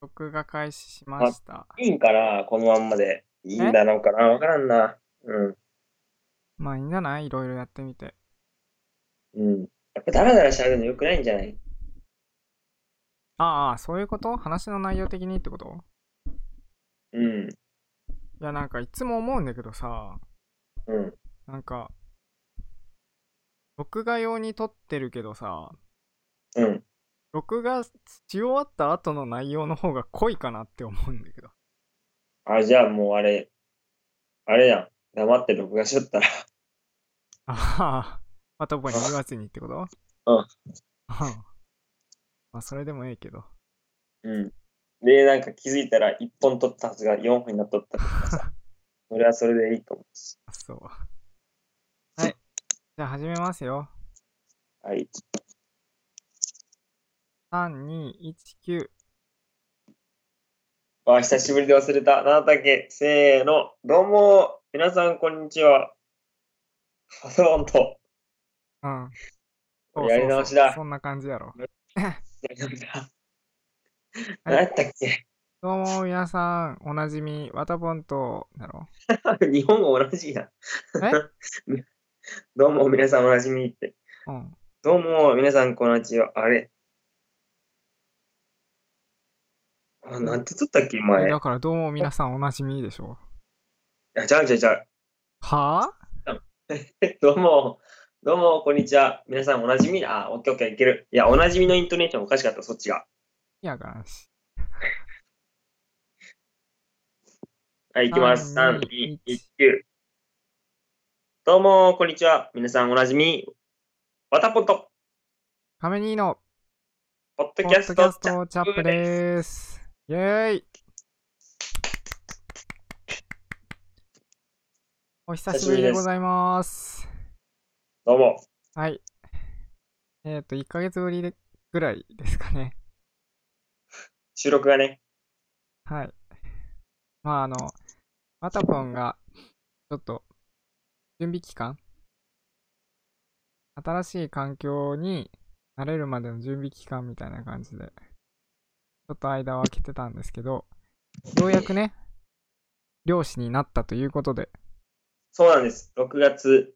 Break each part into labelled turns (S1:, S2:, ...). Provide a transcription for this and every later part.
S1: 僕が開始しました。
S2: いいんかなこのまんまで。いいんだろうかなわからんな。うん。
S1: まあいいんじゃないいろいろやってみて。
S2: うん。やっぱダラダラしゃべるのよくないんじゃない
S1: ああ、そういうこと話の内容的にってこと
S2: う
S1: い
S2: ん。
S1: や、なんかいつも思うんだけどさ、
S2: うん。
S1: なんか、録画用に撮ってるけどさ、
S2: うん。
S1: 録画し終わった後の内容の方が濃いかなって思うんだけど。
S2: あ、じゃあもうあれ、あれやん。黙って録画しとったら。
S1: ああ、また僕に言わずにってこと
S2: うん
S1: うん。まあ、それでもええけど。
S2: うん。で、なんか気づいたら1本撮ったはずが4本になっとったとかさ。 それはそれでいいと思うし。
S1: あそう。はい。じゃあ始めますよ。
S2: はい。
S1: 3、2、1、9。
S2: わあ、久しぶりで忘れた。なんだっけせーの。どうも。皆さん、こんにちは。パソコンと。
S1: うん。
S2: これやり直しだ
S1: そんな感じやろ。
S2: 何やったっけ
S1: どうも皆さん、おなじみ、わたぽんと、だろ。
S2: 日本語同じやん。 どうも、皆さんおなじみって。
S1: うん。
S2: どうも、皆さんこんにちは。あれあ、なんて言っとったっけ
S1: え
S2: 前。
S1: だから、どうも皆さん、おなじみでしょ。
S2: あ、じゃあじゃあじゃあ。
S1: はぁ
S2: え どうも、どうも、こんにちは。皆さんおなじみあ、オッケーオッケーいける。いや、おなじみのイントネーションおかしかった、そっちが。
S1: いやがらんし。
S2: はい、いきます。
S1: 三
S2: 3、2
S1: 二、
S2: 1、9。どうも、こんにちは。皆さんおなじみ。わたぽと、
S1: カメニーの、
S2: ポッ
S1: ポ
S2: ド
S1: ッ
S2: キャ
S1: ド
S2: ス
S1: キャ
S2: ト
S1: ス
S2: チャ
S1: トチャップでーす。イェーイお久しぶりでございます。
S2: どうも。
S1: はい。えっ、と、1ヶ月ぶりでぐらいですかね。
S2: 収録がね、
S1: はい。まあ、あの、またぽんが、ちょっと、準備期間新しい環境に慣れるまでの準備期間みたいな感じで、ちょっと間を空けてたんですけど、ようやくね、漁師になったということで、
S2: そうなんです。6月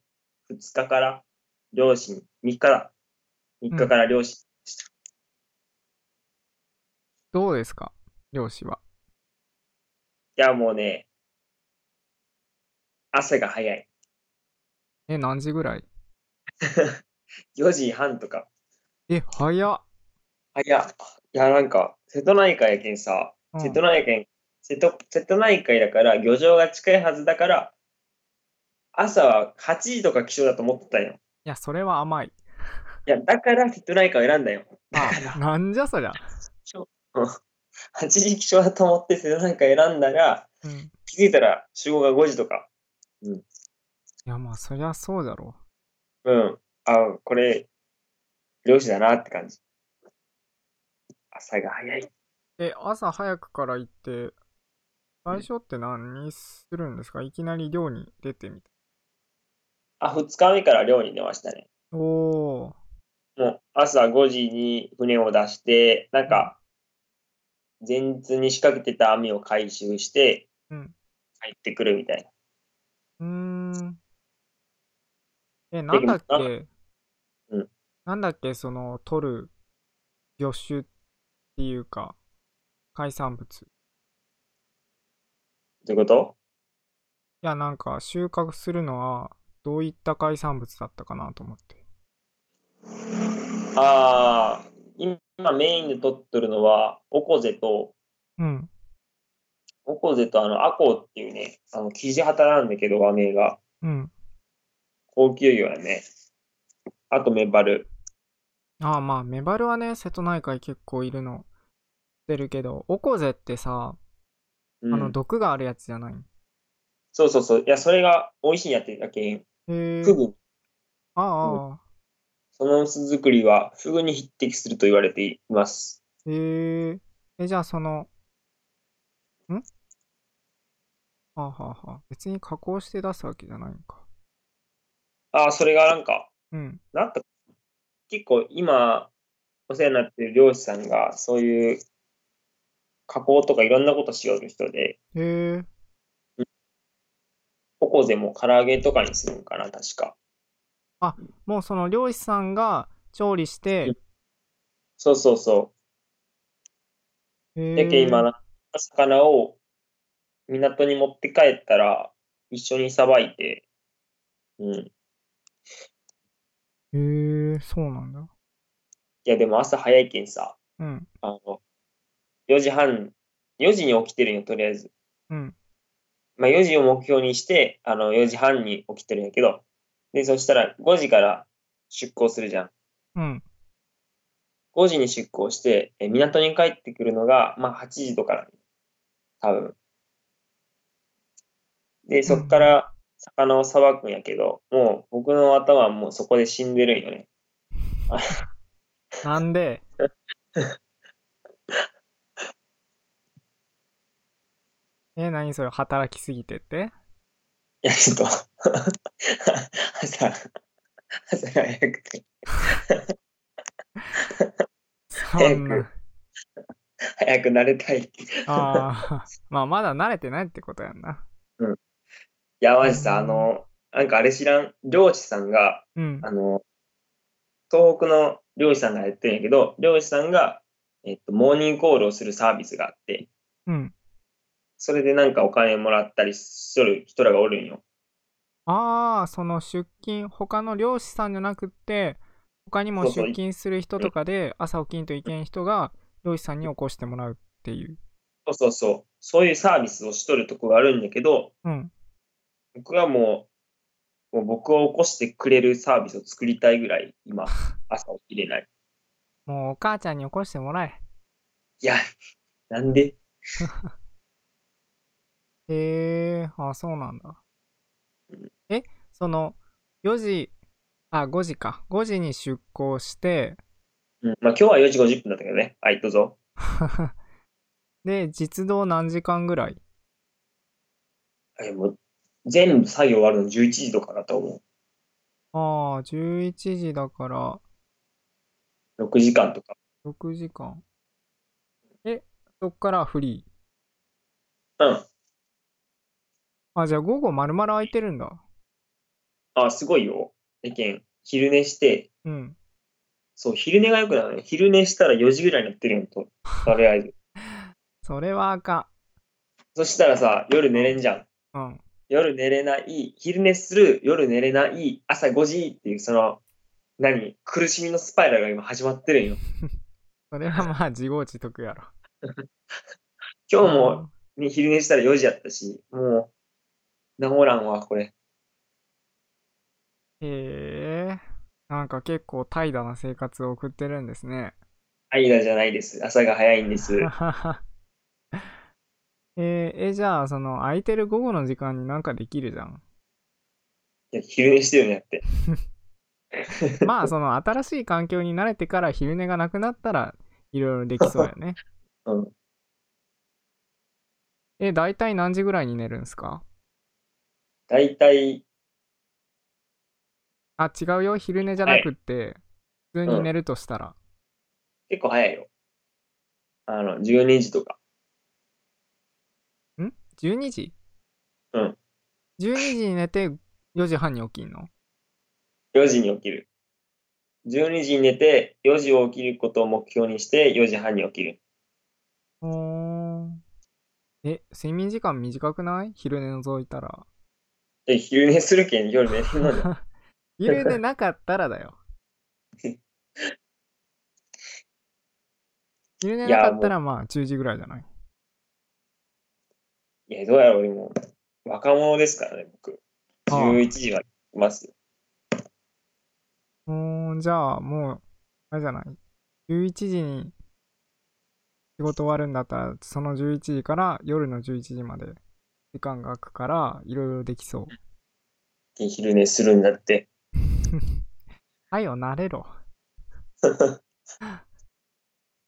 S2: 2日から、両親、3日だ。3日から両親。
S1: どうですか漁師は。
S2: いや、もうね、汗が早い。
S1: え、何時ぐらい
S2: 4時半とか。
S1: え、早っ、
S2: 早っ。いや、なんか、瀬戸内海やけんさ、
S1: うん
S2: 瀬戸内海、瀬戸瀬戸内海だから、漁場が近いはずだから、朝は8時とか起床だと思ってたんよ。
S1: いや、それは甘い。
S2: いや、だから瀬戸内海を選んだよ。
S1: あ、なんじゃそりゃ。
S2: 8時起床だと思って瀬戸内海選んだら、
S1: うん。い
S2: 気づいたら集合が5時とか。
S1: や、まあ、そりゃそうだろう。
S2: うん。あ、これ、漁師だなって感じ。朝が早い。
S1: え、朝早くから行って、最初って何するんですかいきなり漁に出てみた。
S2: あ、2日目から漁に出ましたね。
S1: おー。
S2: もう朝5時に船を出して、なんか、前日に仕掛けてた網を回収して、
S1: うん
S2: 帰ってくるみたいう
S1: ーん。え、なんだっけ
S2: うん
S1: なんだっけその、取る魚種っていうか、海産物。い
S2: な。どういうこと
S1: や、なんか、収穫するのは、どういった海産物だったかなと思って。
S2: ああ、今メインで取ってるのは、オコゼと、
S1: うん。
S2: オコゼとあの、アコウっていうね、あの、キジハタなんだけど、和名が。
S1: うん。
S2: 高級魚やね。あと、メバル。
S1: ああ、まあ、メバルはね、瀬戸内海結構いるの、出るけど、オコゼってさ、
S2: うん
S1: あの、毒があるやつじゃない
S2: そうそうそう。いや、それが美味しいんやってだけん。
S1: へえ。
S2: フグ、
S1: あああ
S2: その酢作りはフグに匹敵すると言われています。
S1: あ、へえ。え、じゃあその、んはあはあはあ。別に加工して出すわけじゃないんか。
S2: ああ、それがなんか、
S1: うん。
S2: なんか、結構今、お世話になってる漁師さんが、そういう加工とかいろんなことしよる人で、
S1: へえ。
S2: ポコゼも唐揚げとかにするんかな、確か。
S1: もうその漁師さんが調理して、
S2: そうそうそ
S1: へ
S2: う。
S1: え
S2: やけ今、な魚を港に持って帰ったら、一緒にさばいて、うん。
S1: へえ、そうなんだ。
S2: いや、でも朝早いけんさ、
S1: うん、
S2: あの、4時半、4時に起きてるんよ、とりあえず。
S1: うん、
S2: まあ、4時を目標にして、あの、4時半に起きてるんやけど、で、そしたら5時から出港するじゃん。
S1: うん、
S2: 5時に出港して、え港に帰ってくるのが、まあ、8時とかなんよ多分。で、そっから魚をさばくんやけど、もう僕の頭はもうそこで死んでるんよね。
S1: なん で、え、何それ、働きすぎて って
S2: いや、ちょっと、 朝、朝が早くて、
S1: そんな
S2: 早。早く慣れたいって。い
S1: ああ、 まあまだ慣れてないってことやんな。
S2: や、マジさ、あの、なんかあれ知らん、漁師さんが、
S1: うん、
S2: あの、東北の漁師さんがやってるんやけど、漁師さんが、えっと、モーニングコールをするサービスがあって、
S1: うん。
S2: それでなんかお金もらったりしとる人らがおるんよ。
S1: ああ、その出勤、他の漁師さんじゃなくって、他にも
S2: そうそう
S1: 出勤する人とかで、朝起きんといけん人が、漁師さんに起こしてもらうっていう。
S2: そうそうそう。そういうサービスをしとるとこがあるんだけど、
S1: うん。
S2: 僕はもう、もう僕を起こしてくれるサービスを作りたいぐらい、今、朝起きれない。
S1: もうお母ちゃんに起こしてもらえ。
S2: いや、なんで
S1: へえ、あ、そうなんだ
S2: うん。
S1: え、その、4時、あ、5時か。5時に出港して、
S2: うん。まあ今日は4時50分だったけどね。はい、どうぞ。
S1: で、実動何時間ぐらい
S2: えもう全部作業終わるの11時とかだと思
S1: ああ、11時だから、
S2: う。6時間とか。
S1: 6時間。え、そっからフリ
S2: うん。
S1: ー。あ、じゃあ午後丸々空いてるんだ。
S2: あ、すごいよ。やけん、昼寝して、
S1: うん。
S2: そう、昼寝が良くなるね。昼寝したら4時ぐらいになってるんと、とりあえず。
S1: それはあか
S2: そしたらさ、夜寝れんじゃん。
S1: ん。うん。
S2: 夜寝れない、昼寝する、夜寝れない、朝5時っていう、その、何苦しみのスパイラルが今始まってるんよ。
S1: それはまあ自業自得やろ。
S2: 今日も、ね、昼寝したら4時やったし、もう、治らんわ、これ。
S1: うん。へえ。なんか結構怠惰な生活を送ってるんですね。
S2: 間じゃないです。朝が早いん です。
S1: えーえ、じゃあ、その、空いてる午後の時間になんかできるじゃん。
S2: いや昼寝してるんやって。
S1: まあ、その、新しい環境に慣れてから昼寝がなくなったら、いろいろできそうやね。
S2: うん。
S1: え、大体何時ぐらいに寝るんすか
S2: だいたい、
S1: あ、違うよ。昼寝じゃなくって、普通に寝るとしたら。
S2: 結構早いよ。あの、12時とか。
S1: 12時
S2: うん。
S1: 12時に寝て、4時半に起きんの
S2: 4時に起きる。12時に寝て、4時を起きることを目標にして、4時半に起きる。
S1: ほーん。え、睡眠時間短くない昼寝除いたら。
S2: で、昼寝するけん、夜寝る のに。
S1: 昼寝なかったらだ よ。昼寝なかったらまあ10時ぐらいじゃない
S2: いや、どうやろう、でも、若者ですからね、僕。
S1: ああ
S2: 11時は来ますよ。
S1: うーん、じゃあもう、あれじゃない ?11 時に仕事終わるんだったら、その11時から夜の11時まで時間が空くから、いろいろできそう。
S2: で昼寝するんだ って。
S1: はよ、慣れろ。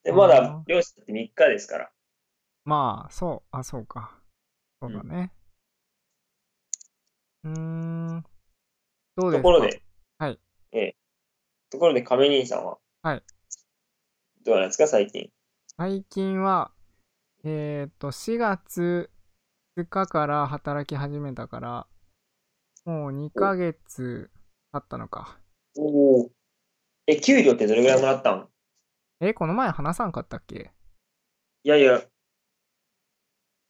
S2: で、ま
S1: ああ
S2: だ、漁師って3日ですから。
S1: まあ、そう、あ、そうか。そうだね。うーん。どうですか
S2: ところで、
S1: はい。
S2: ええ。ところで、亀兄さんは、
S1: はい。
S2: どうなんですか、最近。
S1: 最近は、えーっと、4月2日から働き始めたから、もう2ヶ月経ったのか。
S2: おお。え、給料ってどれぐらいもらったん
S1: え、この前話さんかったっけ
S2: いやいや。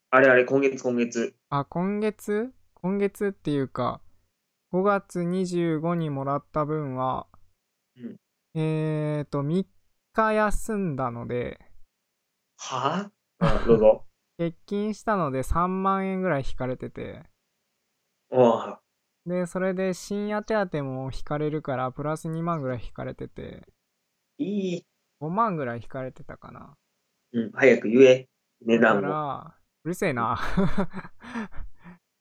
S2: あれあれ、今月今月。
S1: あ、今月今月っていうか、5月25にもらった分は、
S2: うん
S1: えーっと、3日休んだので、
S2: はあうん、どうぞ。
S1: 欠勤したので3万円ぐらい引かれてて、
S2: うん。
S1: で、それで深夜手当も引かれるから、プラス2万ぐらい引かれてて、
S2: いい。
S1: 5万ぐらい引かれてたかな。
S2: うん、早く言え。値
S1: だか
S2: 段を。
S1: ら、うるせえ な。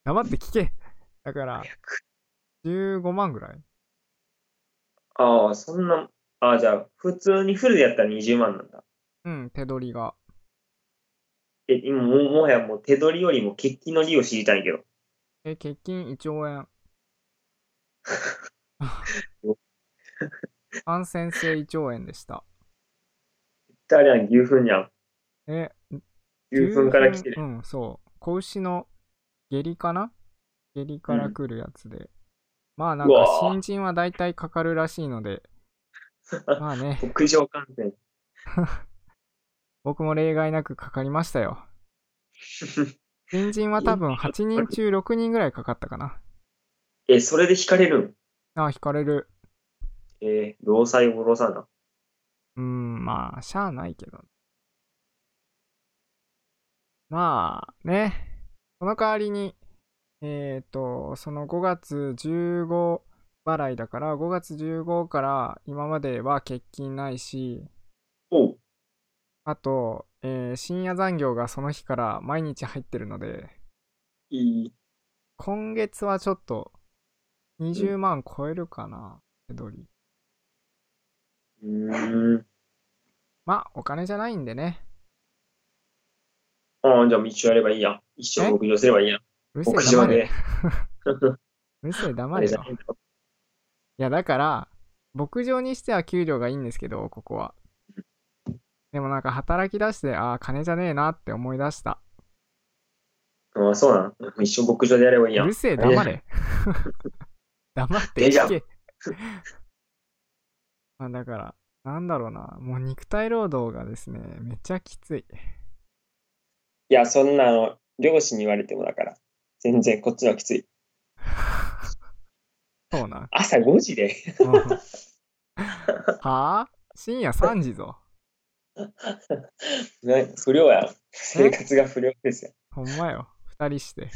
S1: 黙って聞け。だから、
S2: 早く。
S1: 15万ぐらい。
S2: ああ、そんな、ああ、じゃあ、普通にフルでやったら20万なんだ。
S1: うん、手取りが。
S2: え、今も、もはやもう手取りよりも欠勤の利を知りたいけど。
S1: え、欠金1兆 円。感染性胃腸炎でした。
S2: 誰やん、牛糞じゃん。
S1: え、
S2: 牛糞から来てる。
S1: うん、そう。子牛の下痢かな下痢から来るやつで。まあなんか
S2: うわぁ
S1: 新人は大体かかるらしいの で、まあね、
S2: 北上感染。
S1: 僕も例外なくかかりました よ。新人は多分8人中6人ぐらいかかったかな。
S2: え、それで引かれるん
S1: あ、引かれる。
S2: えー、労災を労さな。
S1: うーん、まあ、しゃあないけど。まあ、ね。その代わりに、えっ、と、その5月15払いだから、5月15から今までは欠勤ないし、
S2: おう。
S1: あと、えー深夜残業がその日から毎日入ってるので、
S2: いい。
S1: 今月はちょっと20万超えるかな、手取り。
S2: うーん。
S1: まあ、お金じゃないんでね。
S2: ああ、じゃあ一生やればいいやん。一生
S1: え
S2: 北上すればいいやん。
S1: うるせ
S2: 北
S1: え、黙
S2: 上で
S1: れ。。うるせえ、黙
S2: あ
S1: れ
S2: れじゃ
S1: よ
S2: な。いんだろ
S1: いやだから牧場にしては給料がいいんですけどここはでもなんか働き出してああ金じゃねえなって思い出した
S2: ああ、そうなの。一生牧場でやればいいうやん
S1: る。せえ黙れ 黙って
S2: えじゃ
S1: 聞
S2: ん
S1: け まあだからなんだろうなもう肉体労働がですねめっちゃきつい
S2: いや、そんなあの、漁師に言われてもだから、全然こっちの方がきつい。
S1: そうなん
S2: 朝5時で
S1: うんはあ深夜3時ぞ
S2: ね不良やん。生活が不良ですよ。
S1: ほんまよ。二人して。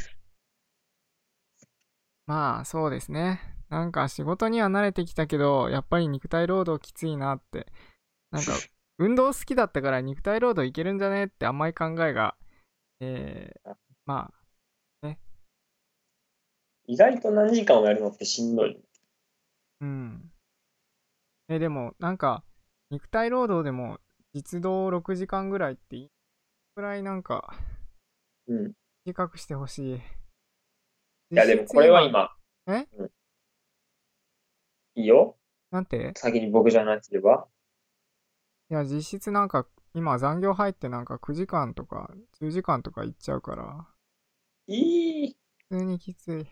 S1: まあ、そうですね。なんか仕事には慣れてきたけど、やっぱり肉体労働きついなって。なんか、運動好きだったから肉体労働いけるんじゃねって甘い考えが、えー、まあ、
S2: 意外と何時間をやるのってしんどい。
S1: うん。え、でも、なんか、肉体労働でも、実動6時間ぐらいっていいぐらいなんか、
S2: うん。い
S1: 短くしてほしい。い
S2: や、でもこれは。今。
S1: え
S2: うんいいよ。
S1: なんて
S2: 先に僕じゃなければ。
S1: いや、実質なんか、今残業入ってなんか9時間とか10時間とか行っちゃうから、
S2: いい。
S1: 普通にきつい。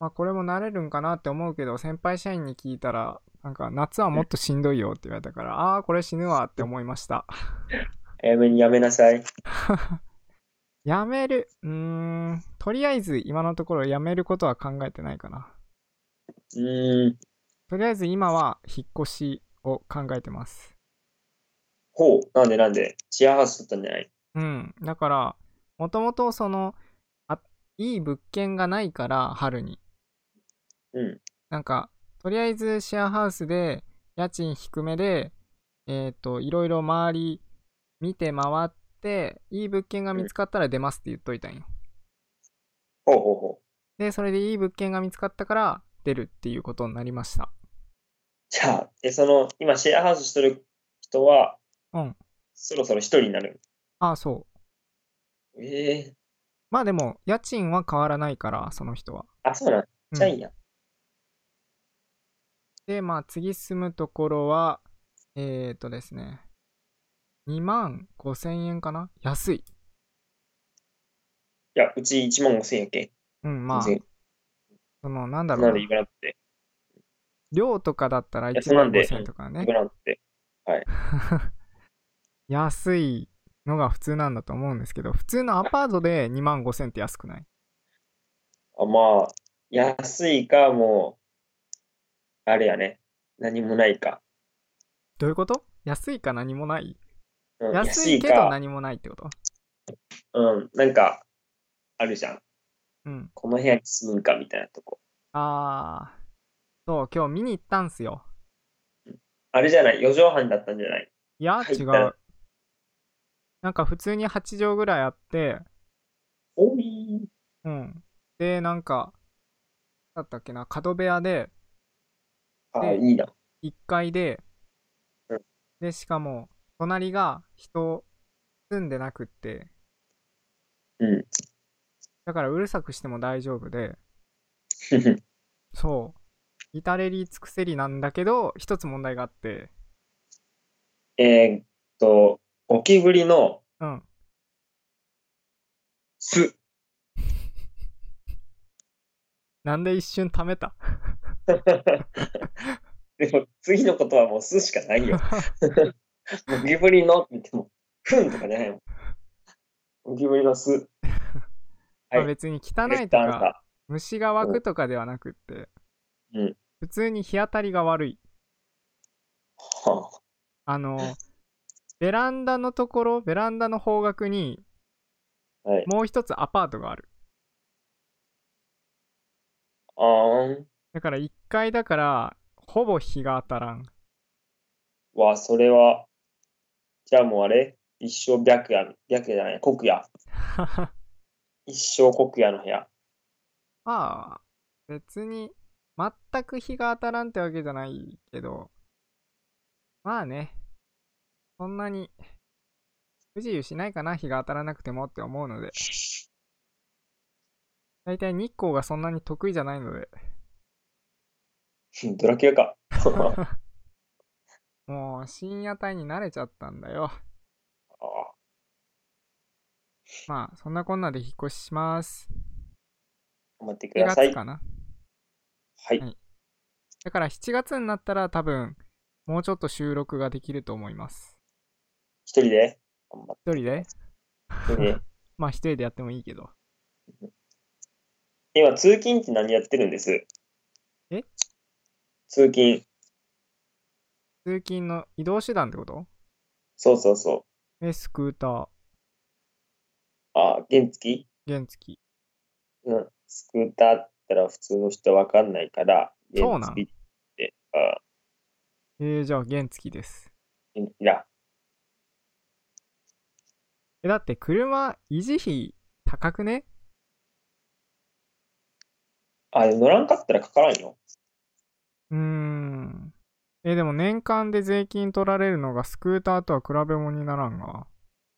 S1: まあこれも慣れるんかなって思うけど、先輩社員に聞いたら、なんか夏はもっとしんどいよって言われたから、ああー、これ死ぬわって思いました。
S2: 早めにやめなさい。
S1: やめる。うーん、とりあえず今のところやめることは考えてないかな。
S2: うーん。
S1: とりあえず今は引っ越しを考えてます。
S2: ほう。なんでなんで。シェアハウスだったんじゃない
S1: うん。だから、もともとその、あ、いい物件がないから、春に。
S2: うん。
S1: なんか、とりあえずシェアハウスで、家賃低めで、えっ、と、いろいろ周り見て回って、いい物件が見つかったら出ますって言っといたんよ。
S2: ほうほうほう。
S1: で、それでいい物件が見つかったから、出るっていうことになりました。
S2: じゃあ、え、その、今シェアハウスしてる人は、
S1: うん。
S2: そろそろ一人になる。
S1: ああ、そう。
S2: ええ
S1: まあでも、家賃は変わらないから、その人は。
S2: あ、そうなん。
S1: うん
S2: じゃあいいや。
S1: で、まあ次住むところは、えっ、ー、とですね、 2万5千円かな安い。
S2: いや、うち1万5千円やっけ
S1: うん、まあ、
S2: 全然
S1: その、なんだ
S2: そん
S1: ろ
S2: な
S1: うん
S2: で
S1: な、
S2: いかなくて。
S1: 量とかだったら
S2: いや
S1: 1万5
S2: そ
S1: 千円
S2: うなんで
S1: とか
S2: い
S1: ね
S2: か、なくて。
S1: 安いのが普通なんだと思うんですけど、普通のアパートで2万5千円って安くない
S2: あまあ、安いか、もう、あれやね。何もないか。
S1: どういうこと安いか何もない
S2: うん、
S1: 安いけど何もないってこと
S2: うん、なんか、あるじゃん。
S1: うん。
S2: この部屋に住むんかみたいなとこ。
S1: あー、そう、今日見に行ったんすよ。
S2: あれじゃない ?4 畳半だったんじゃない
S1: いや、
S2: 入
S1: 違
S2: った
S1: う。なんか普通に8畳ぐらいあって、
S2: おい
S1: うん。で、なんか、だったっけな、角部屋で、
S2: あ
S1: で
S2: いいな。
S1: 1階で
S2: うん、
S1: で、しかも、隣が人住んでなくって、
S2: うん。
S1: だからうるさくしても大丈夫で、そう、至れり尽くせりなんだけど、一つ問題があって、
S2: えーっと、ゴキブリの
S1: うん、
S2: 巣。
S1: なんで一瞬溜めた
S2: でも、次のことはもう巣しかな いよ。ゴキブリのって言っても、ふんとかじゃないもん。ゴキブリの巣。
S1: まあ
S2: はい
S1: 別に汚い
S2: レッ
S1: と
S2: ドアンサー
S1: か、虫が湧くとかではなくって、
S2: うん
S1: 普通に日当たりが悪い。
S2: はあ
S1: あの、ベランダのところ、ベランダの方角に、
S2: はい。
S1: もう一つアパートがある。
S2: あーん。
S1: だから1階だから、ほぼ日が当たら ん。
S2: わ、それは、じゃあもうあれ一生白夜、白夜じゃない、黒夜。一生黒夜の部屋。
S1: まあ、別に、全く日が当たらんってわけじゃないけど、まあね、そんなに、不自由しないかな、日が当たらなくてもって思うので、大体日光がそんなに得意じゃないので、
S2: ドラキュラか。 あ
S1: もう深夜帯に慣れちゃったんだよ。
S2: あ
S1: まあ、そんなこんなで引っ越しします。
S2: 頑張ってく
S1: 7
S2: ださい。
S1: 月か
S2: は
S1: な。
S2: い。
S1: はいだから7月になったら多分、もうちょっと収録ができると思います。
S2: 一人で頑張っ
S1: 一人で
S2: て一人で。
S1: まあ一人でやってもいいけど。
S2: 今、通勤って何やってるんです
S1: え
S2: 通勤。
S1: 通勤の移動手段ってこと
S2: そうそうそ
S1: え、スクーター、
S2: う。ああ、原付
S1: 原付。
S2: うん。スクーターって言ったら普通の人わかんないから、
S1: そうなん
S2: 原付って、ああ
S1: えー、じゃあ原付です。
S2: 原付だ。
S1: え、だって車維持費高くね
S2: ああ、でも乗らんかったらかからんよ。
S1: うーん。え、でも年間で税金取られるのがスクーターとは比べ物にならんが。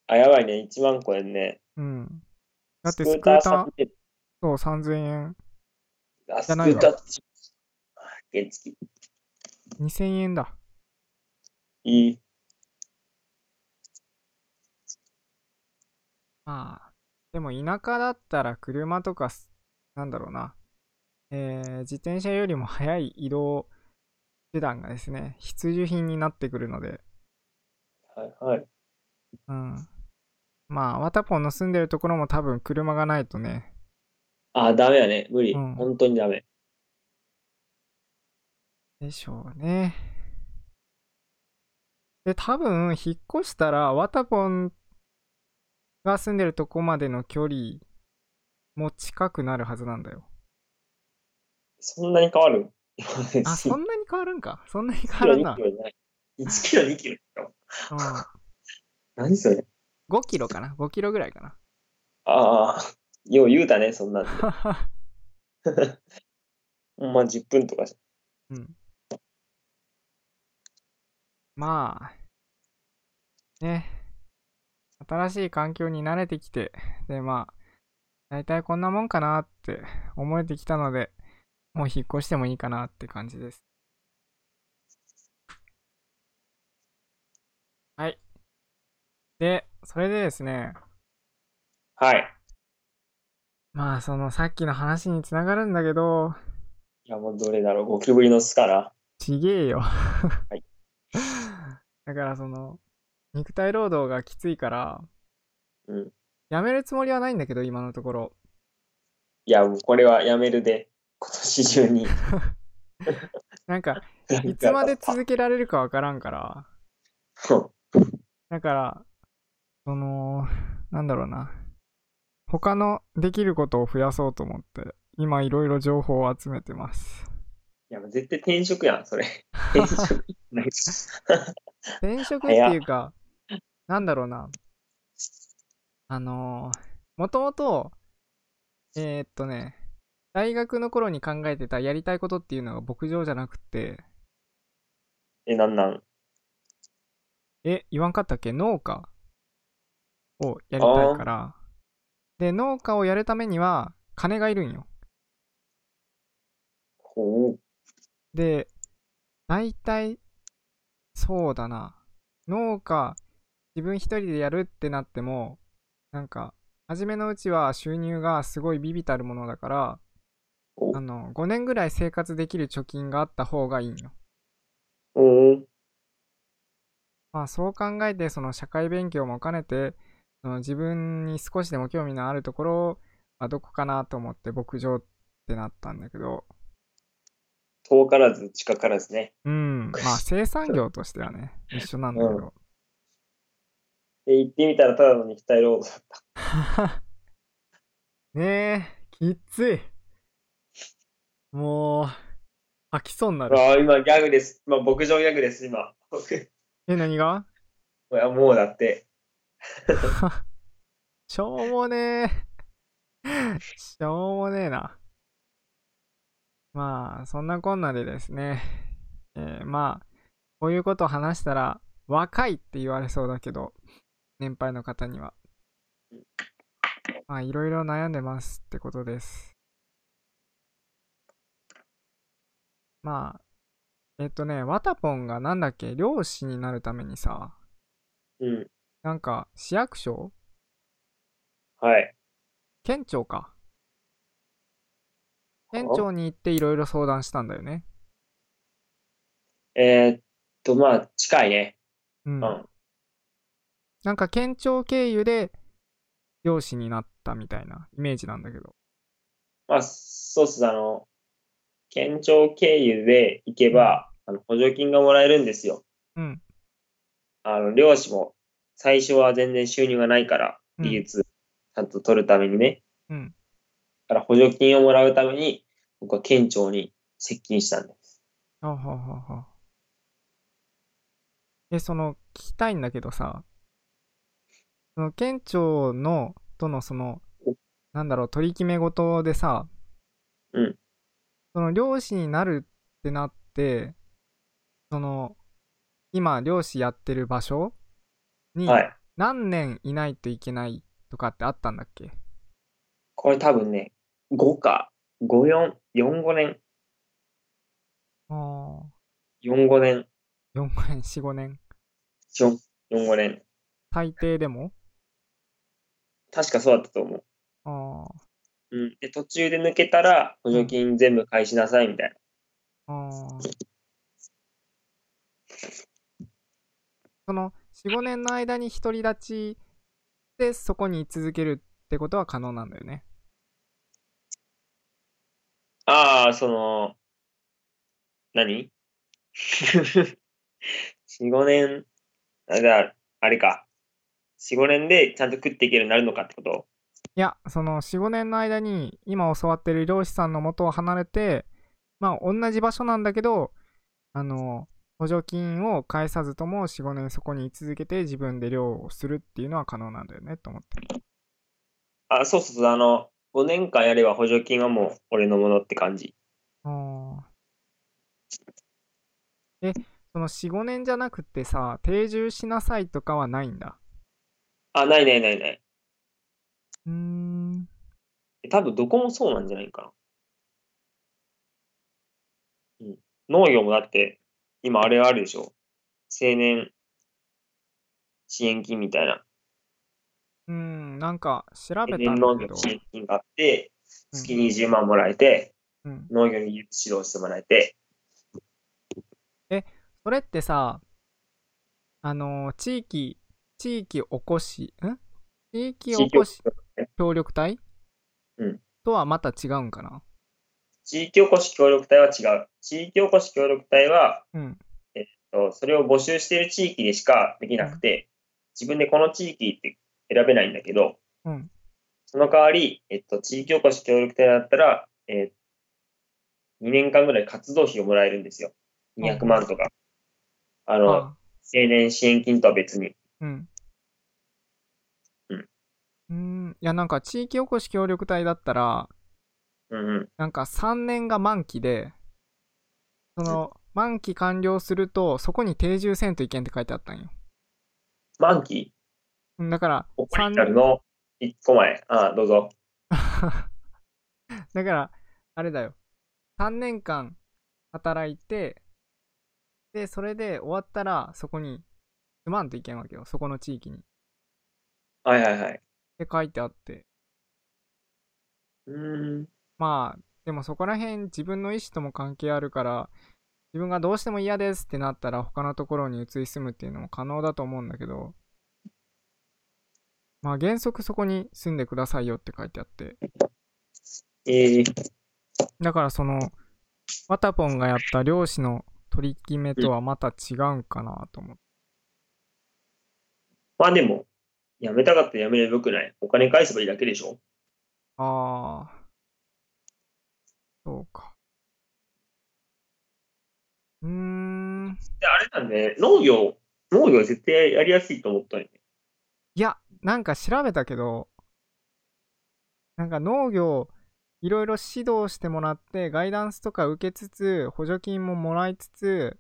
S2: あ、やばいね。1万超えんね。
S1: うん。だってス
S2: スクー
S1: ク
S2: タ
S1: ー
S2: ー
S1: タ
S2: さん
S1: ー
S2: っ、て
S1: そう、3000円。
S2: あ、
S1: じ
S2: ス
S1: ゃ
S2: ク
S1: ないわ
S2: ーターってあ原付。
S1: 2000円だ。
S2: いい。
S1: まあ、でも田舎だったら車とかす、なんだろうな、えー自転車よりも早い移動手段がですね、必需品になってくるので、
S2: はいはい。
S1: うん。まあ、ワタポンの住んでるところも多分車がないとね、
S2: あ、ダメやね。無理。
S1: うん
S2: 本当にダメ。
S1: でしょうね。で、多分、引っ越したら、ワタポンが住んでるとこまでの距離も近くなるはずなんだよ。
S2: そんなに変わる
S1: あ、そん
S2: な
S1: なに変わるんか。そんなに
S2: キ
S1: 変わ
S2: ロ
S1: るん
S2: 2
S1: だ
S2: キ。ロじゃない。1キロ2キロよ
S1: うん
S2: 何それ
S1: 5キロかな5キロぐらいかな
S2: ああ、よう言うたね、そんなん で。ほんま10分とかし
S1: うんまあね新しい環境に慣れてきてでまあ大体こんなもんかなって思えてきたのでもう引っ越してもいいかなって感じですはいで、それでですね、
S2: はい。
S1: まあそのさっきの話につながるんだけど、
S2: いや、もうどれだろう。ゴキブリの巣かな。
S1: ちげえよ。
S2: い
S1: だからその、肉体労働がきついから、
S2: うん
S1: やめるつもりはないんだけど、今のところ。
S2: いや、もうこれはやめるで、今年中に。
S1: なん か、 いつまで続けられるかわからんから、
S2: うん
S1: だから、その、なんだろうな。他のできることを増やそうと思って、今いろいろ情報を集めてます。
S2: いや、もう絶対転職やん、それ。転職。 ない
S1: 転職っていうか、なんだろうな。あのー、もともと、えーっとね、大学の頃に考えてたやりたいことっていうのが牧場じゃなくて、
S2: え、なんなん
S1: え、言わんかったっけ農家をやりたいから。で、農家をやるためには、金がいるんよ。
S2: ほう。
S1: で、大体、そうだな。農家、自分一人でやるってなっても、なんか、初めのうちは収入がすごいビビたるものだから、
S2: お
S1: あの、5年ぐらい生活できる貯金があった方がいいんよ。
S2: うん。
S1: まあそう考えて、その社会勉強も兼ねて、その自分に少しでも興味のあるところはどこかなと思って牧場ってなったんだけど、
S2: 遠からず、近からずね。
S1: うん、まあ生産業としてはね、一緒なんだけど。
S2: で、行ってみたらただの肉体労働だった。
S1: ねえ、きっつい。もう、飽きそうにな
S2: う
S1: る。
S2: わあ、今ギャグです。今、牧場ギャグです、今。
S1: え、何が
S2: いや、もうだって。
S1: しょうもねえ。しょうもねえな。まあ、そんなこんなでですね。えーまあ、こういうことを話したら、若いって言われそうだけど、年配の方には。まあ、いろいろ悩んでますってことです。まあ、えっとね、ワタポンがなんだっけ、漁師になるためにさ、
S2: うん。
S1: なんか、市役所
S2: はい。
S1: 県庁か。
S2: あ
S1: 県庁に行っていろいろ相談したんだよね。
S2: えーっと、まあ、近いね。
S1: うん。
S2: うん。
S1: なんか県庁経由で漁師になったみたいなイメージなんだけど。
S2: まあ、そうっす、あの、県庁経由で行けば、あの補助金がもらえるんですよ。
S1: うん。
S2: あの、漁師も、最初は全然収入がないから、
S1: うん
S2: 技術、ちゃんと取るためにね。
S1: うん。
S2: だから補助金をもらうために、僕は県庁に接近したんです。
S1: あははは。え、その、聞きたいんだけどさ、その県庁の、とのその
S2: お、
S1: なんだろう、取り決め事でさ、
S2: うん。
S1: その漁師になるってなって、その、今漁師やってる場所に、
S2: はい。
S1: 何年いないといけないとかってあったんだっけ
S2: これ多分ね、5か、5、4、4、5年、
S1: ああ。
S2: 4、5年、
S1: 4、5年、4、5年。
S2: 4、4、5年。
S1: 最低でも
S2: 確かそうだったと思う。
S1: あ
S2: うん。で、途中で抜けたら、補助金全部返しなさい、みたいな。
S1: あ。ああ。その、4、5年の間に独り立ちでそこに居続けるってことは可能なんだよね。
S2: ああ、その、何 ?4、5年、あ、じゃあ、あれか。4、5年でちゃんと食っていけるようになるのかってこと
S1: いや、その、4、5年の間に今教わってる漁師さんの元を離れて、まあ、同じ場所なんだけど、あの、補助金を返さずとも4、5年そこに居続けて自分で漁をするっていうのは可能なんだよね、と思って。
S2: あ、そうそうそう、あの、5年間やれば補助金はもう俺のものって感じ。
S1: あーえ、その4、5年じゃなくてさ、定住しなさいとかはないんだ。
S2: あ、ないないないない。
S1: うーん。
S2: 多分どこもそうなんじゃないかな。うん。農業もだって、今あれあるでしょ。青年、支援金みたいな。
S1: うん、なんか調べた
S2: で
S1: んだ
S2: 農業
S1: けど
S2: の、支援金があって、
S1: うん
S2: 月20万もらえて、
S1: うん、
S2: 農業に指導してもらえて、
S1: それってさ、あのー地域、地域おこし、ん地域おこし協力隊、
S2: うん
S1: とはまた違うんかな
S2: 地域おこし協力隊は違う。地域おこし協力隊は、
S1: うん、
S2: とそれを募集している地域でしかできなくて、自分でこの地域って選べないんだけど、
S1: うん、
S2: その代わり、えっと、地域おこし協力隊だったら、えー、2年間ぐらい活動費をもらえるんですよ。200万とか。あの、青
S1: あ
S2: 年支援金とは別に。
S1: うん。
S2: うん
S1: うん。いや、なんか地域おこし協力隊だったら、
S2: うんうん。
S1: なんか3年が満期で、その、満期完了すると、そこに定住せんといけんって書いてあったんよ。
S2: 満期
S1: うんだから、
S2: オリ
S1: 三
S2: ジナルの1個前。ああ、どうぞ。
S1: だから、あれだよ。3年間働いて、で、それで終わったら、そこに住まんといけんわけよ。そこの地域に。っ
S2: はいはいはい。
S1: て書いてあって。
S2: うーん。
S1: まあ、でもそこら辺自分の意思とも関係あるから、自分がどうしても嫌ですってなったら他のところに移り住むっていうのも可能だと思うんだけど、まあ原則そこに住んでくださいよって書いてあって、
S2: えー、
S1: だからその、ワタポンがやった漁師の取り決めとはまた違うんかなと思って。
S2: まあでも、辞めたかったら辞めればよくない。お金返せばいいだけでしょ
S1: ああ、そうか。うーん、
S2: で、あれなんで、農業、農業絶対やりやすいと思ったんよね。
S1: いや、なんか調べたけど、なんか農業、いろいろ指導してもらって、ガイダンスとか受けつつ、補助金ももらいつつ、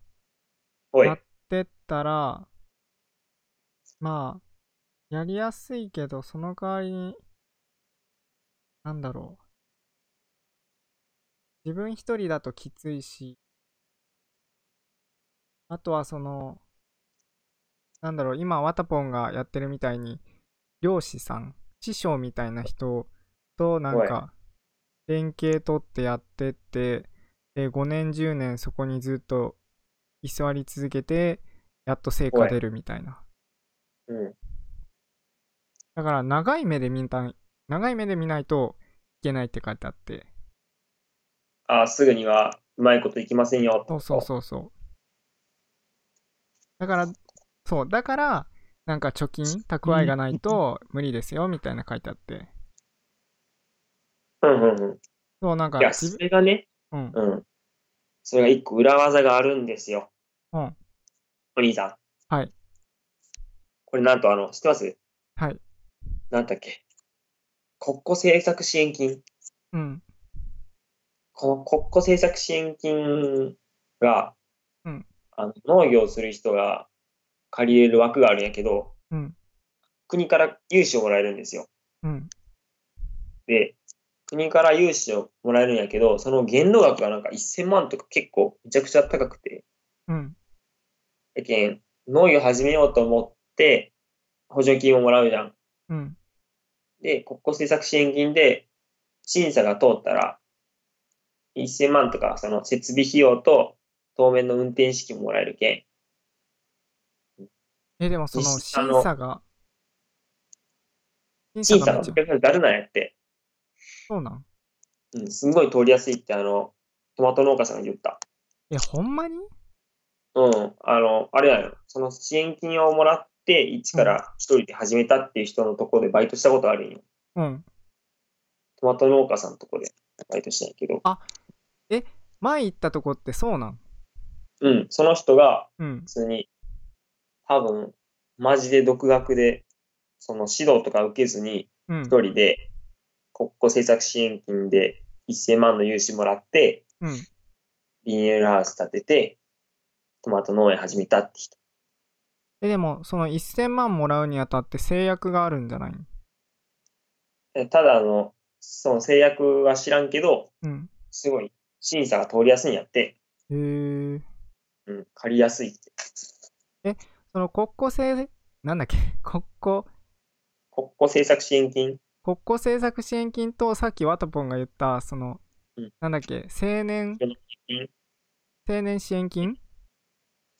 S2: おい
S1: や。ってったら、まあ、やりやすいけど、その代わりに、なんだろう。自分一人だときついし、あとはその、なんだろう、今、ワタポンがやってるみたいに、漁師さん、師匠みたいな人と、なんか、連携取ってやってって、で、5年、10年そこにずっと居座り続けて、やっと成果出るみたいな。
S2: うん。
S1: だから、長い目で見た、長い目で見ないといけないって書いてあって。
S2: ああ、すぐにはうまいこといきませんよ。
S1: そうそうそうそう。だから、そう、だから、なんか貯金、蓄えがないと無理ですよみたいな書いてあって。
S2: う。うんうんう
S1: そう、なんか
S2: ん。いや、
S1: 自
S2: それがね、
S1: 分、うん、
S2: うん。それが一個裏技があるんですよ。
S1: うん。
S2: お兄さん。
S1: はい。
S2: これなんと、あの、知ってます
S1: はい。
S2: なんだっけ。国庫政策支援金。
S1: うん、
S2: この国庫政策支援金が、
S1: うん
S2: あの農業をする人が借りれる枠があるんやけど、
S1: うん、
S2: 国から融資をもらえるんですよ。
S1: うん。
S2: で、国から融資をもらえるんやけど、その限度額がなんか1000万とか結構めちゃくちゃ高くて、
S1: うん、
S2: やけん、農業始めようと思って、補助金をもらうじゃん。
S1: うん、
S2: で、国庫政策支援金で審査が通ったら、1000万とか、その設備費用と当面の運転資金もらえるけん、
S1: え、でもその
S2: 実際
S1: 審
S2: の
S1: 査が、審
S2: 審
S1: 査
S2: 査
S1: がめ
S2: が
S1: っちゃ、
S2: 800円だるなんやって、
S1: そうなん
S2: うん、すんごい通りやすいって、あの、トマト農家さんが言った。
S1: え、ほんまに
S2: うん、あの、あれだよ、その支援金をもらって、一から一人で始めたっていう人のところでバイトしたことあるんよ。
S1: うん。
S2: トマト農家さんのところでバイトしたんやけど、
S1: 前行ったとこってそうなん
S2: うん、その人が
S1: うん
S2: 普。通に、多分、マジで独学で、その指導とか受けずに、
S1: うん
S2: 一。人で国庫政策支援金で1000万の融資もらって、
S1: うん。
S2: ビニールハウス建てて、トマト農園始めたって人。
S1: え、でも、その1000万もらうにあたって制約があるんじゃないん
S2: えただ、あの、その制約は知らんけど、
S1: うん。
S2: すごい審査が通りやすいんやって、
S1: へえー。
S2: うん、借りやすいって。
S1: その国庫政、んなんだっけ、 国庫、
S2: 国庫政策支援金
S1: 国庫政策支援金とさっきワタポンが言った、その
S2: うん、
S1: なんだっけ、青年
S2: うん、
S1: 青年支援金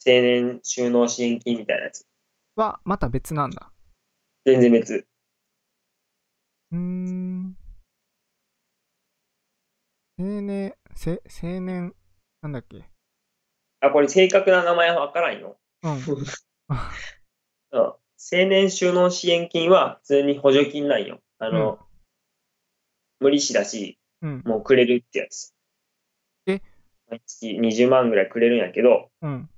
S2: 青年収納支援金みたいなやつ。
S1: はまた別なんだ。
S2: 全然別。
S1: うーん。青年、せ青年、なんだっけ。
S2: あ、これ正確な名前はわからんよ。
S1: うん。
S2: うん。青年収納支援金は普通に補助金なんよ。あの、無利子だし、
S1: うん。
S2: もうくれるってやつ。
S1: え
S2: 毎月20万ぐらいくれるんやけど、
S1: うん。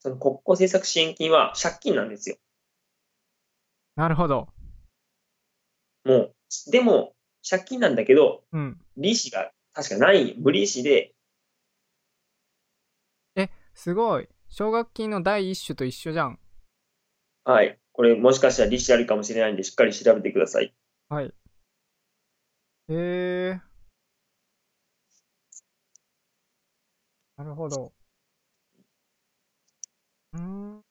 S2: その国庫政策支援金は借金なんですよ。
S1: なるほど。
S2: もう、でも、借金なんだけど、
S1: うん。
S2: 利子が確かない、無利子で、
S1: すごい。奨学金の第一種と一緒じゃん。
S2: はい。これもしかしたら利子あるかもしれないんで、しっかり調べてください。
S1: はい。へえ。なるほど。うーん。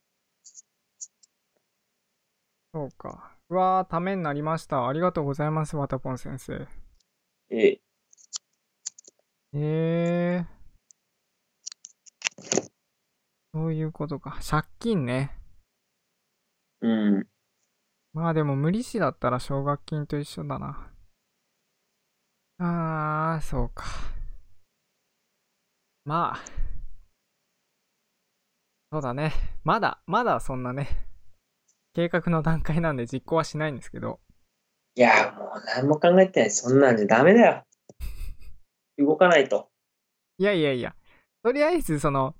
S1: そうか。うわー、ためになりました。ありがとうございます、わたぽん先生。
S2: え
S1: へえ。そういうことか。借金ね。
S2: ーうん。
S1: まあでも無利子だったら奨学金と一緒だな。あー、そうか。まあ。そうだね。まだ、まだそんなね、計画の段階なんで実行はしないんですけど。
S2: いやー、もう何も考えてない。そんなんじゃダメだよ。動かないと。
S1: いやいやいや。とりあえず、その、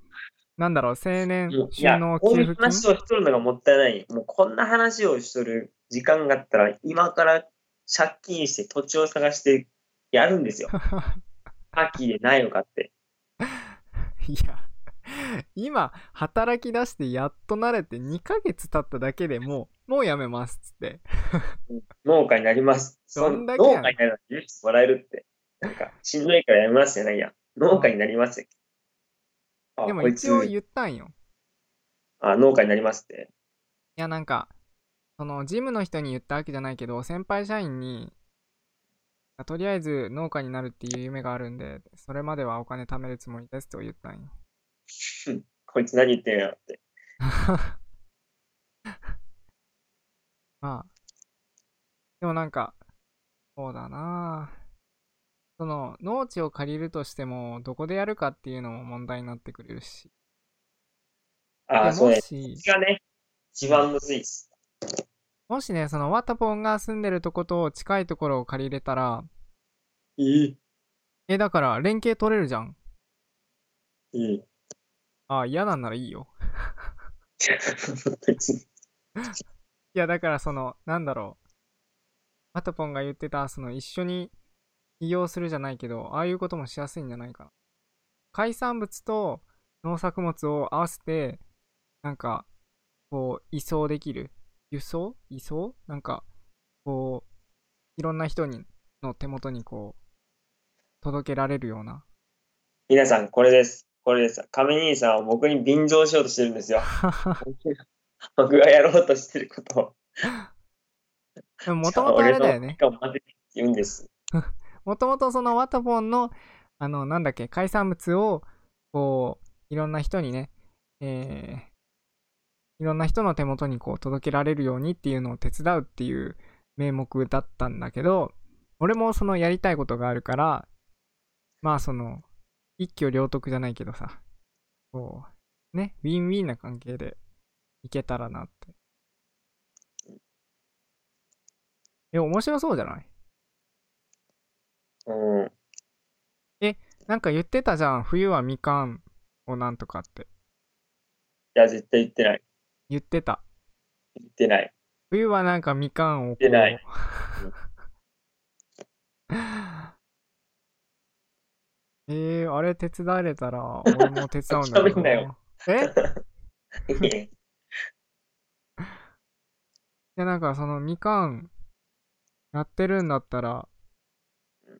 S1: なんだろう、青年
S2: うんい
S1: 収
S2: や、
S1: 納
S2: こう
S1: 給
S2: いう
S1: 付
S2: 話
S1: 金
S2: をしとるのがもったいない。もうこんな話をしとる時間があったら、今から借金して土地を探してやるんで すよ。秋でないのかって。
S1: いや、今、働き出してやっと慣れて2ヶ月経っただけでもう、もうやめますっつって。
S2: 農家になります。
S1: ど
S2: そ
S1: ん
S2: ん
S1: だ
S2: 農
S1: けやねん
S2: 家になるのにもらえるって。なんか、しんどいからやめますじゃないや。農家になりますよ。あ、
S1: でも
S2: こいつ
S1: 一応言ったんよ。
S2: あ、農家になりますって。
S1: いやなんかそのジムの人に言ったわけじゃないけど先輩社員にとりあえず農家になるっていう夢があるんでそれまではお金貯めるつもりですと言ったんよ
S2: こいつ何言ってんやろって。
S1: まあでもなんかそうだなあその農地を借りるとしてもどこでやるかっていうのも問題になってくれるし
S2: あ、
S1: で
S2: そう
S1: も
S2: ね。
S1: し
S2: こっちがね、一番むずいっす。
S1: もしねそのワタポンが住んでるとこと近いところを借りれたら
S2: い
S1: えだから連携取れるじゃん
S2: い、いい。
S1: あ嫌なんならいいよ
S2: 別に
S1: いや、だからその、なんだろう。マタポンが言ってた、その一緒に起業するじゃないけど、ああいうこともしやすいんじゃないかな。海産物と農作物を合わせて、なんか、こう、移送できる。輸送移送なんか、こう、いろんな人にの手元にこう、届けられるような。
S2: 皆さん、これです。これです。亀兄さんは僕に便乗しようとしてるんですよ。 僕がやろうとしてることを。
S1: でももともとあれだよね。
S2: 俺の時間を待てって言うんです。
S1: もともとそのワタポンの、あの、なんだっけ、海産物を、こう、いろんな人にね、えーいろんな人の手元にこう届けられるようにっていうのを手伝うっていう名目だったんだけど、俺もそのやりたいことがあるから、まあその、一挙両得じゃないけどさ、こう、ね、ウィンウィンな関係でいけたらなって。え、面白そうじゃない
S2: うん。
S1: なんか言ってたじゃん、冬はみかんをなんとかって。
S2: いや、絶対言ってない。
S1: 言ってた。
S2: 言ってない。
S1: 冬はなんかみかんをこう
S2: 言ってない。
S1: えー、あれ手伝われたら、俺も手伝うん だけ
S2: 喋
S1: ど
S2: んなよ。
S1: えい
S2: い
S1: や、なんかそのみかん、やってるんだったら、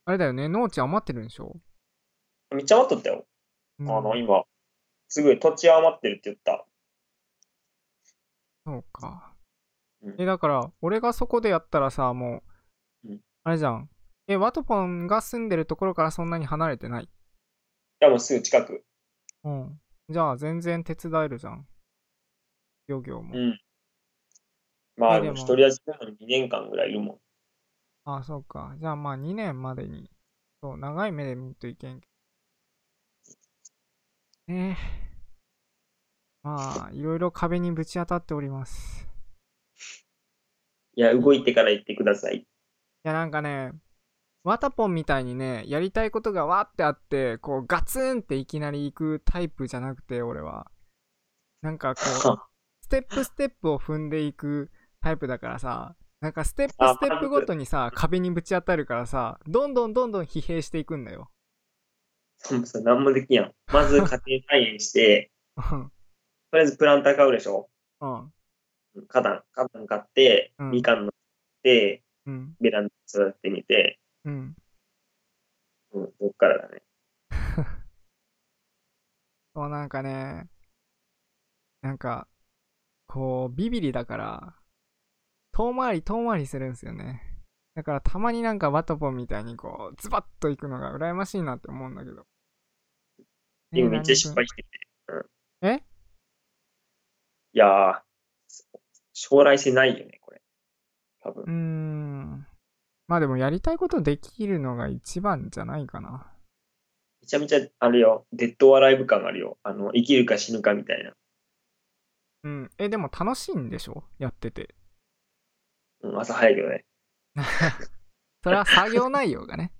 S1: あれだよね、農地余ってるんでしょ、
S2: やめっちゃ待っとったよ。
S1: う
S2: あ
S1: ん
S2: の、今、すぐ土地余ってるって言った。
S1: そうか
S2: うん。
S1: え、だから、俺がそこでやったらさ、もう
S2: うん、
S1: あれじゃん。え、ワトポンが住んでるところからそんなに離れてない。
S2: や、もうすぐ近く。
S1: うん。じゃあ、全然手伝えるじゃん。漁業も。
S2: うん。まあ、
S1: え
S2: で
S1: で
S2: も
S1: も
S2: 一人立ちなのに2年間ぐらいいるもん。
S1: あそうか。じゃあ、まあ、2年までに、そう、長い目で見るといけんけど。ねえ。まあ、いろいろ壁にぶち当たっております。
S2: いや、動いてから行ってください。
S1: いやなんかねワタポンみたいにねやりたいことがわーってあってこうガツンっていきなり行くタイプじゃなくて俺はなんかこ うステップステップを踏んでいくタイプだからさなんかステップ
S2: あ
S1: ステップごとにさ壁にぶち当たるからさどんどんどんどん疲弊していくんだよ
S2: そもそも何もできんやん。まず家庭菜園して、
S1: うん
S2: とりあえずプランター買うでしょ。
S1: うん
S2: 花壇、花壇買って、
S1: うん
S2: みかんのって、
S1: うん
S2: ベランダ育ててみて、
S1: うん
S2: うん、そっからだね。
S1: そうなんかねなんかこうビビリだから遠回り遠回りするんですよねだからたまになんかワトポンみたいにこうズバッと行くのが羨ましいなって思うんだけど
S2: でもめっちゃ失敗してて。うん、
S1: え
S2: いやー、将来性ないよね、これ。多分
S1: う。ーんまあでもやりたいことできるのが一番じゃないかな
S2: めちゃめちゃ、あれよ、デッドアライブ感あるよ。あの、生きるか死ぬかみたいな。
S1: うんえでも楽しいんでしょやってて
S2: うん、朝早いけどね。
S1: それは作業内容がね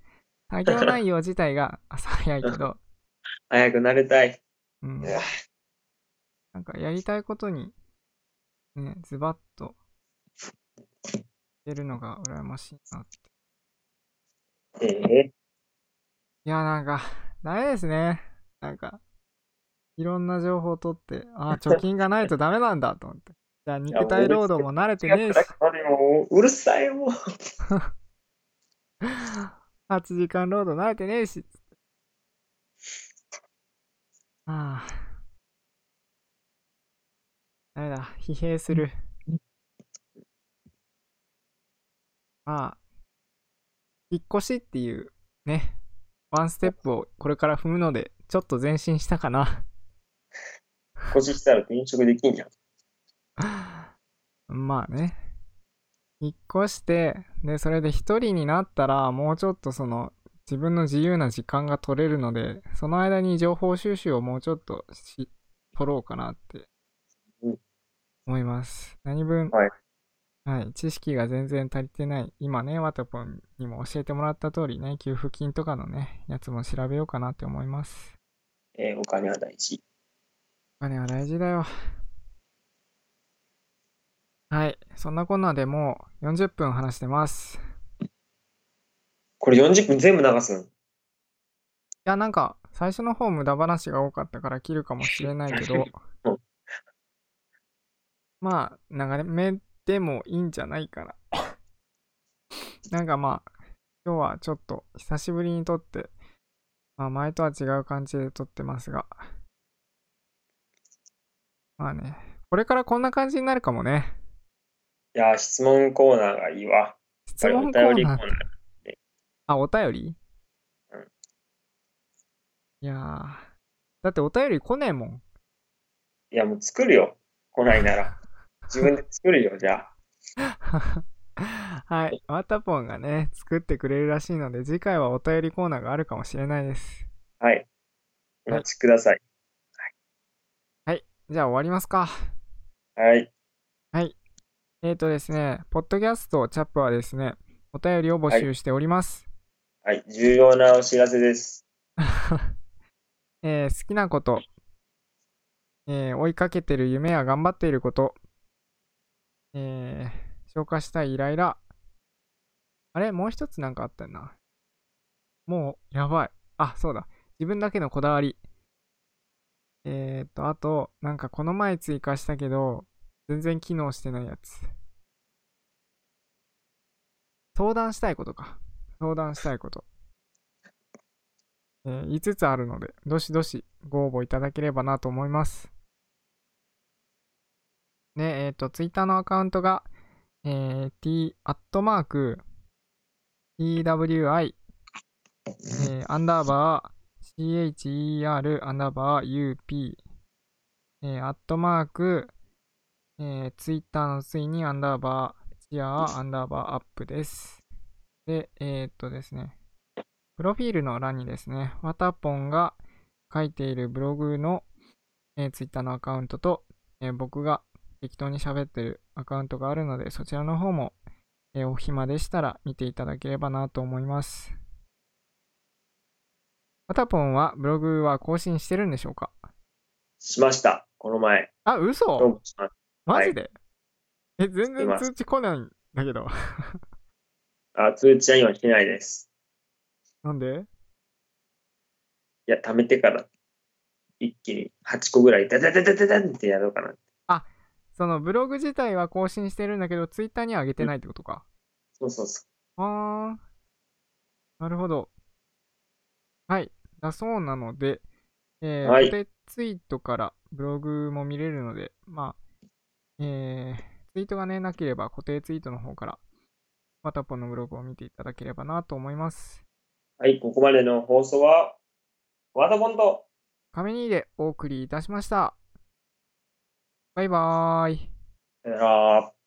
S1: 作業内容自体が朝早いけど
S2: 早くなれたい。
S1: うん
S2: いや
S1: なんかやりたいことに、ね、ズバッと出るのが羨ましいなって。
S2: ええ
S1: いや、なんか、ダメですね。なんか、いろんな情報を取って、ああ、貯金がないとダメなんだと思って。じゃあ、肉体労働も慣れてねえし、
S2: あれもううるさいもう。
S1: 8時間労働慣れてねえし、つってああ。ダメだ、疲弊する。まあ、引っ越しっていうね、ワンステップをこれから踏むので、ちょっと前進したかな。
S2: 腰したら転職できんじゃん。
S1: まあね。引っ越して、で、それで一人になったら、もうちょっとその、自分の自由な時間が取れるので、その間に情報収集をもうちょっとし、取ろうかなって
S2: うん、
S1: 思います。何分、
S2: はい
S1: はい知識が全然足りてない。今ね、ワタポンにも教えてもらった通りね、給付金とかのね、やつも調べようかなって思います。
S2: ええお金は大事。
S1: お金は大事だよ。はい。そんなこんなでもう40分話してます。い
S2: これ40分全部流すの
S1: や、なんか、最初の方無駄話が多かったから切るかもしれないけど
S2: うん、
S1: まあ、長めでもいいんじゃないかな。なんかまあ、今日はちょっと久しぶりに撮って、まあ前とは違う感じで撮ってますが、まあね、これからこんな感じになるかもね。
S2: いやー、質問コーナーがいいわ。
S1: 質
S2: これお
S1: 問コ
S2: 便
S1: ー
S2: りコ
S1: ナ
S2: ーナ
S1: ー
S2: ー。
S1: あ、お便り
S2: うん
S1: いやー。だってお便り来ねえもん。
S2: いや、もう作るよ。来ないなら。自分で作るよ、じゃあ。
S1: はい。ワタポンがね、作ってくれるらしいので、次回はお便りコーナーがあるかもしれないです。
S2: はい。お待ちください。
S1: じゃあ終わりますか。
S2: はい。
S1: えーとですね、ポッドキャストチャップはですね、お便りを募集しております。
S2: はい。重要なお知らせです。
S1: えー好きなこと、えー追いかけてる夢や頑張っていること、えー消化したいイライラ。あれもう一つなんかあったよな。もう、やばい。あ、そうだ。自分だけのこだわり。えー、と、あと、なんかこの前追加したけど、全然機能してないやつ。相談したいことか。相談したいこと。えー5つあるので、どしどしご応募いただければなと思います。で、えっ、と、ツイッターのアカウントが、えー、t、アットマーク、twi、えー、アンダーバー、cher、アンダーバー、up、えー、アットマーク、えー、ツイッターのついにアンダーバー、チアアンダーバーアップです。で、えーっとですね、プロフィールの欄にですね、ワタポンが書いているブログの、えー、ツイッターのアカウントと、えー僕が適当に喋ってるアカウントがあるので、そちらの方も、えーお暇でしたら見ていただければなと思います。ワタポンはブログは更新してるんでしょうか
S2: しました。この前。
S1: あ、嘘
S2: どうもしま
S1: マジで、え、全
S2: い
S1: 然
S2: ます
S1: 通知来ないんだけど。
S2: あ、通知は今来てないです。
S1: なんで
S2: いや、貯めてから、一気に8個ぐらい、ダダダダダダンってやろうかな。
S1: そのブログ自体は更新してるんだけど、ツイッターには上げてないってことか。
S2: そうそうそ
S1: あー、なるほど。はい。だそうなので、えー
S2: はい
S1: 固定ツイートからブログも見れるので、まあ、えー、ツイートがね、なければ固定ツイートの方から、ワタポンのブログを見ていただければなと思います。
S2: う。はい、ここまでの放送は、ワタボンと、
S1: 亀にでお送りいたしました。バイバーイ。
S2: さよなら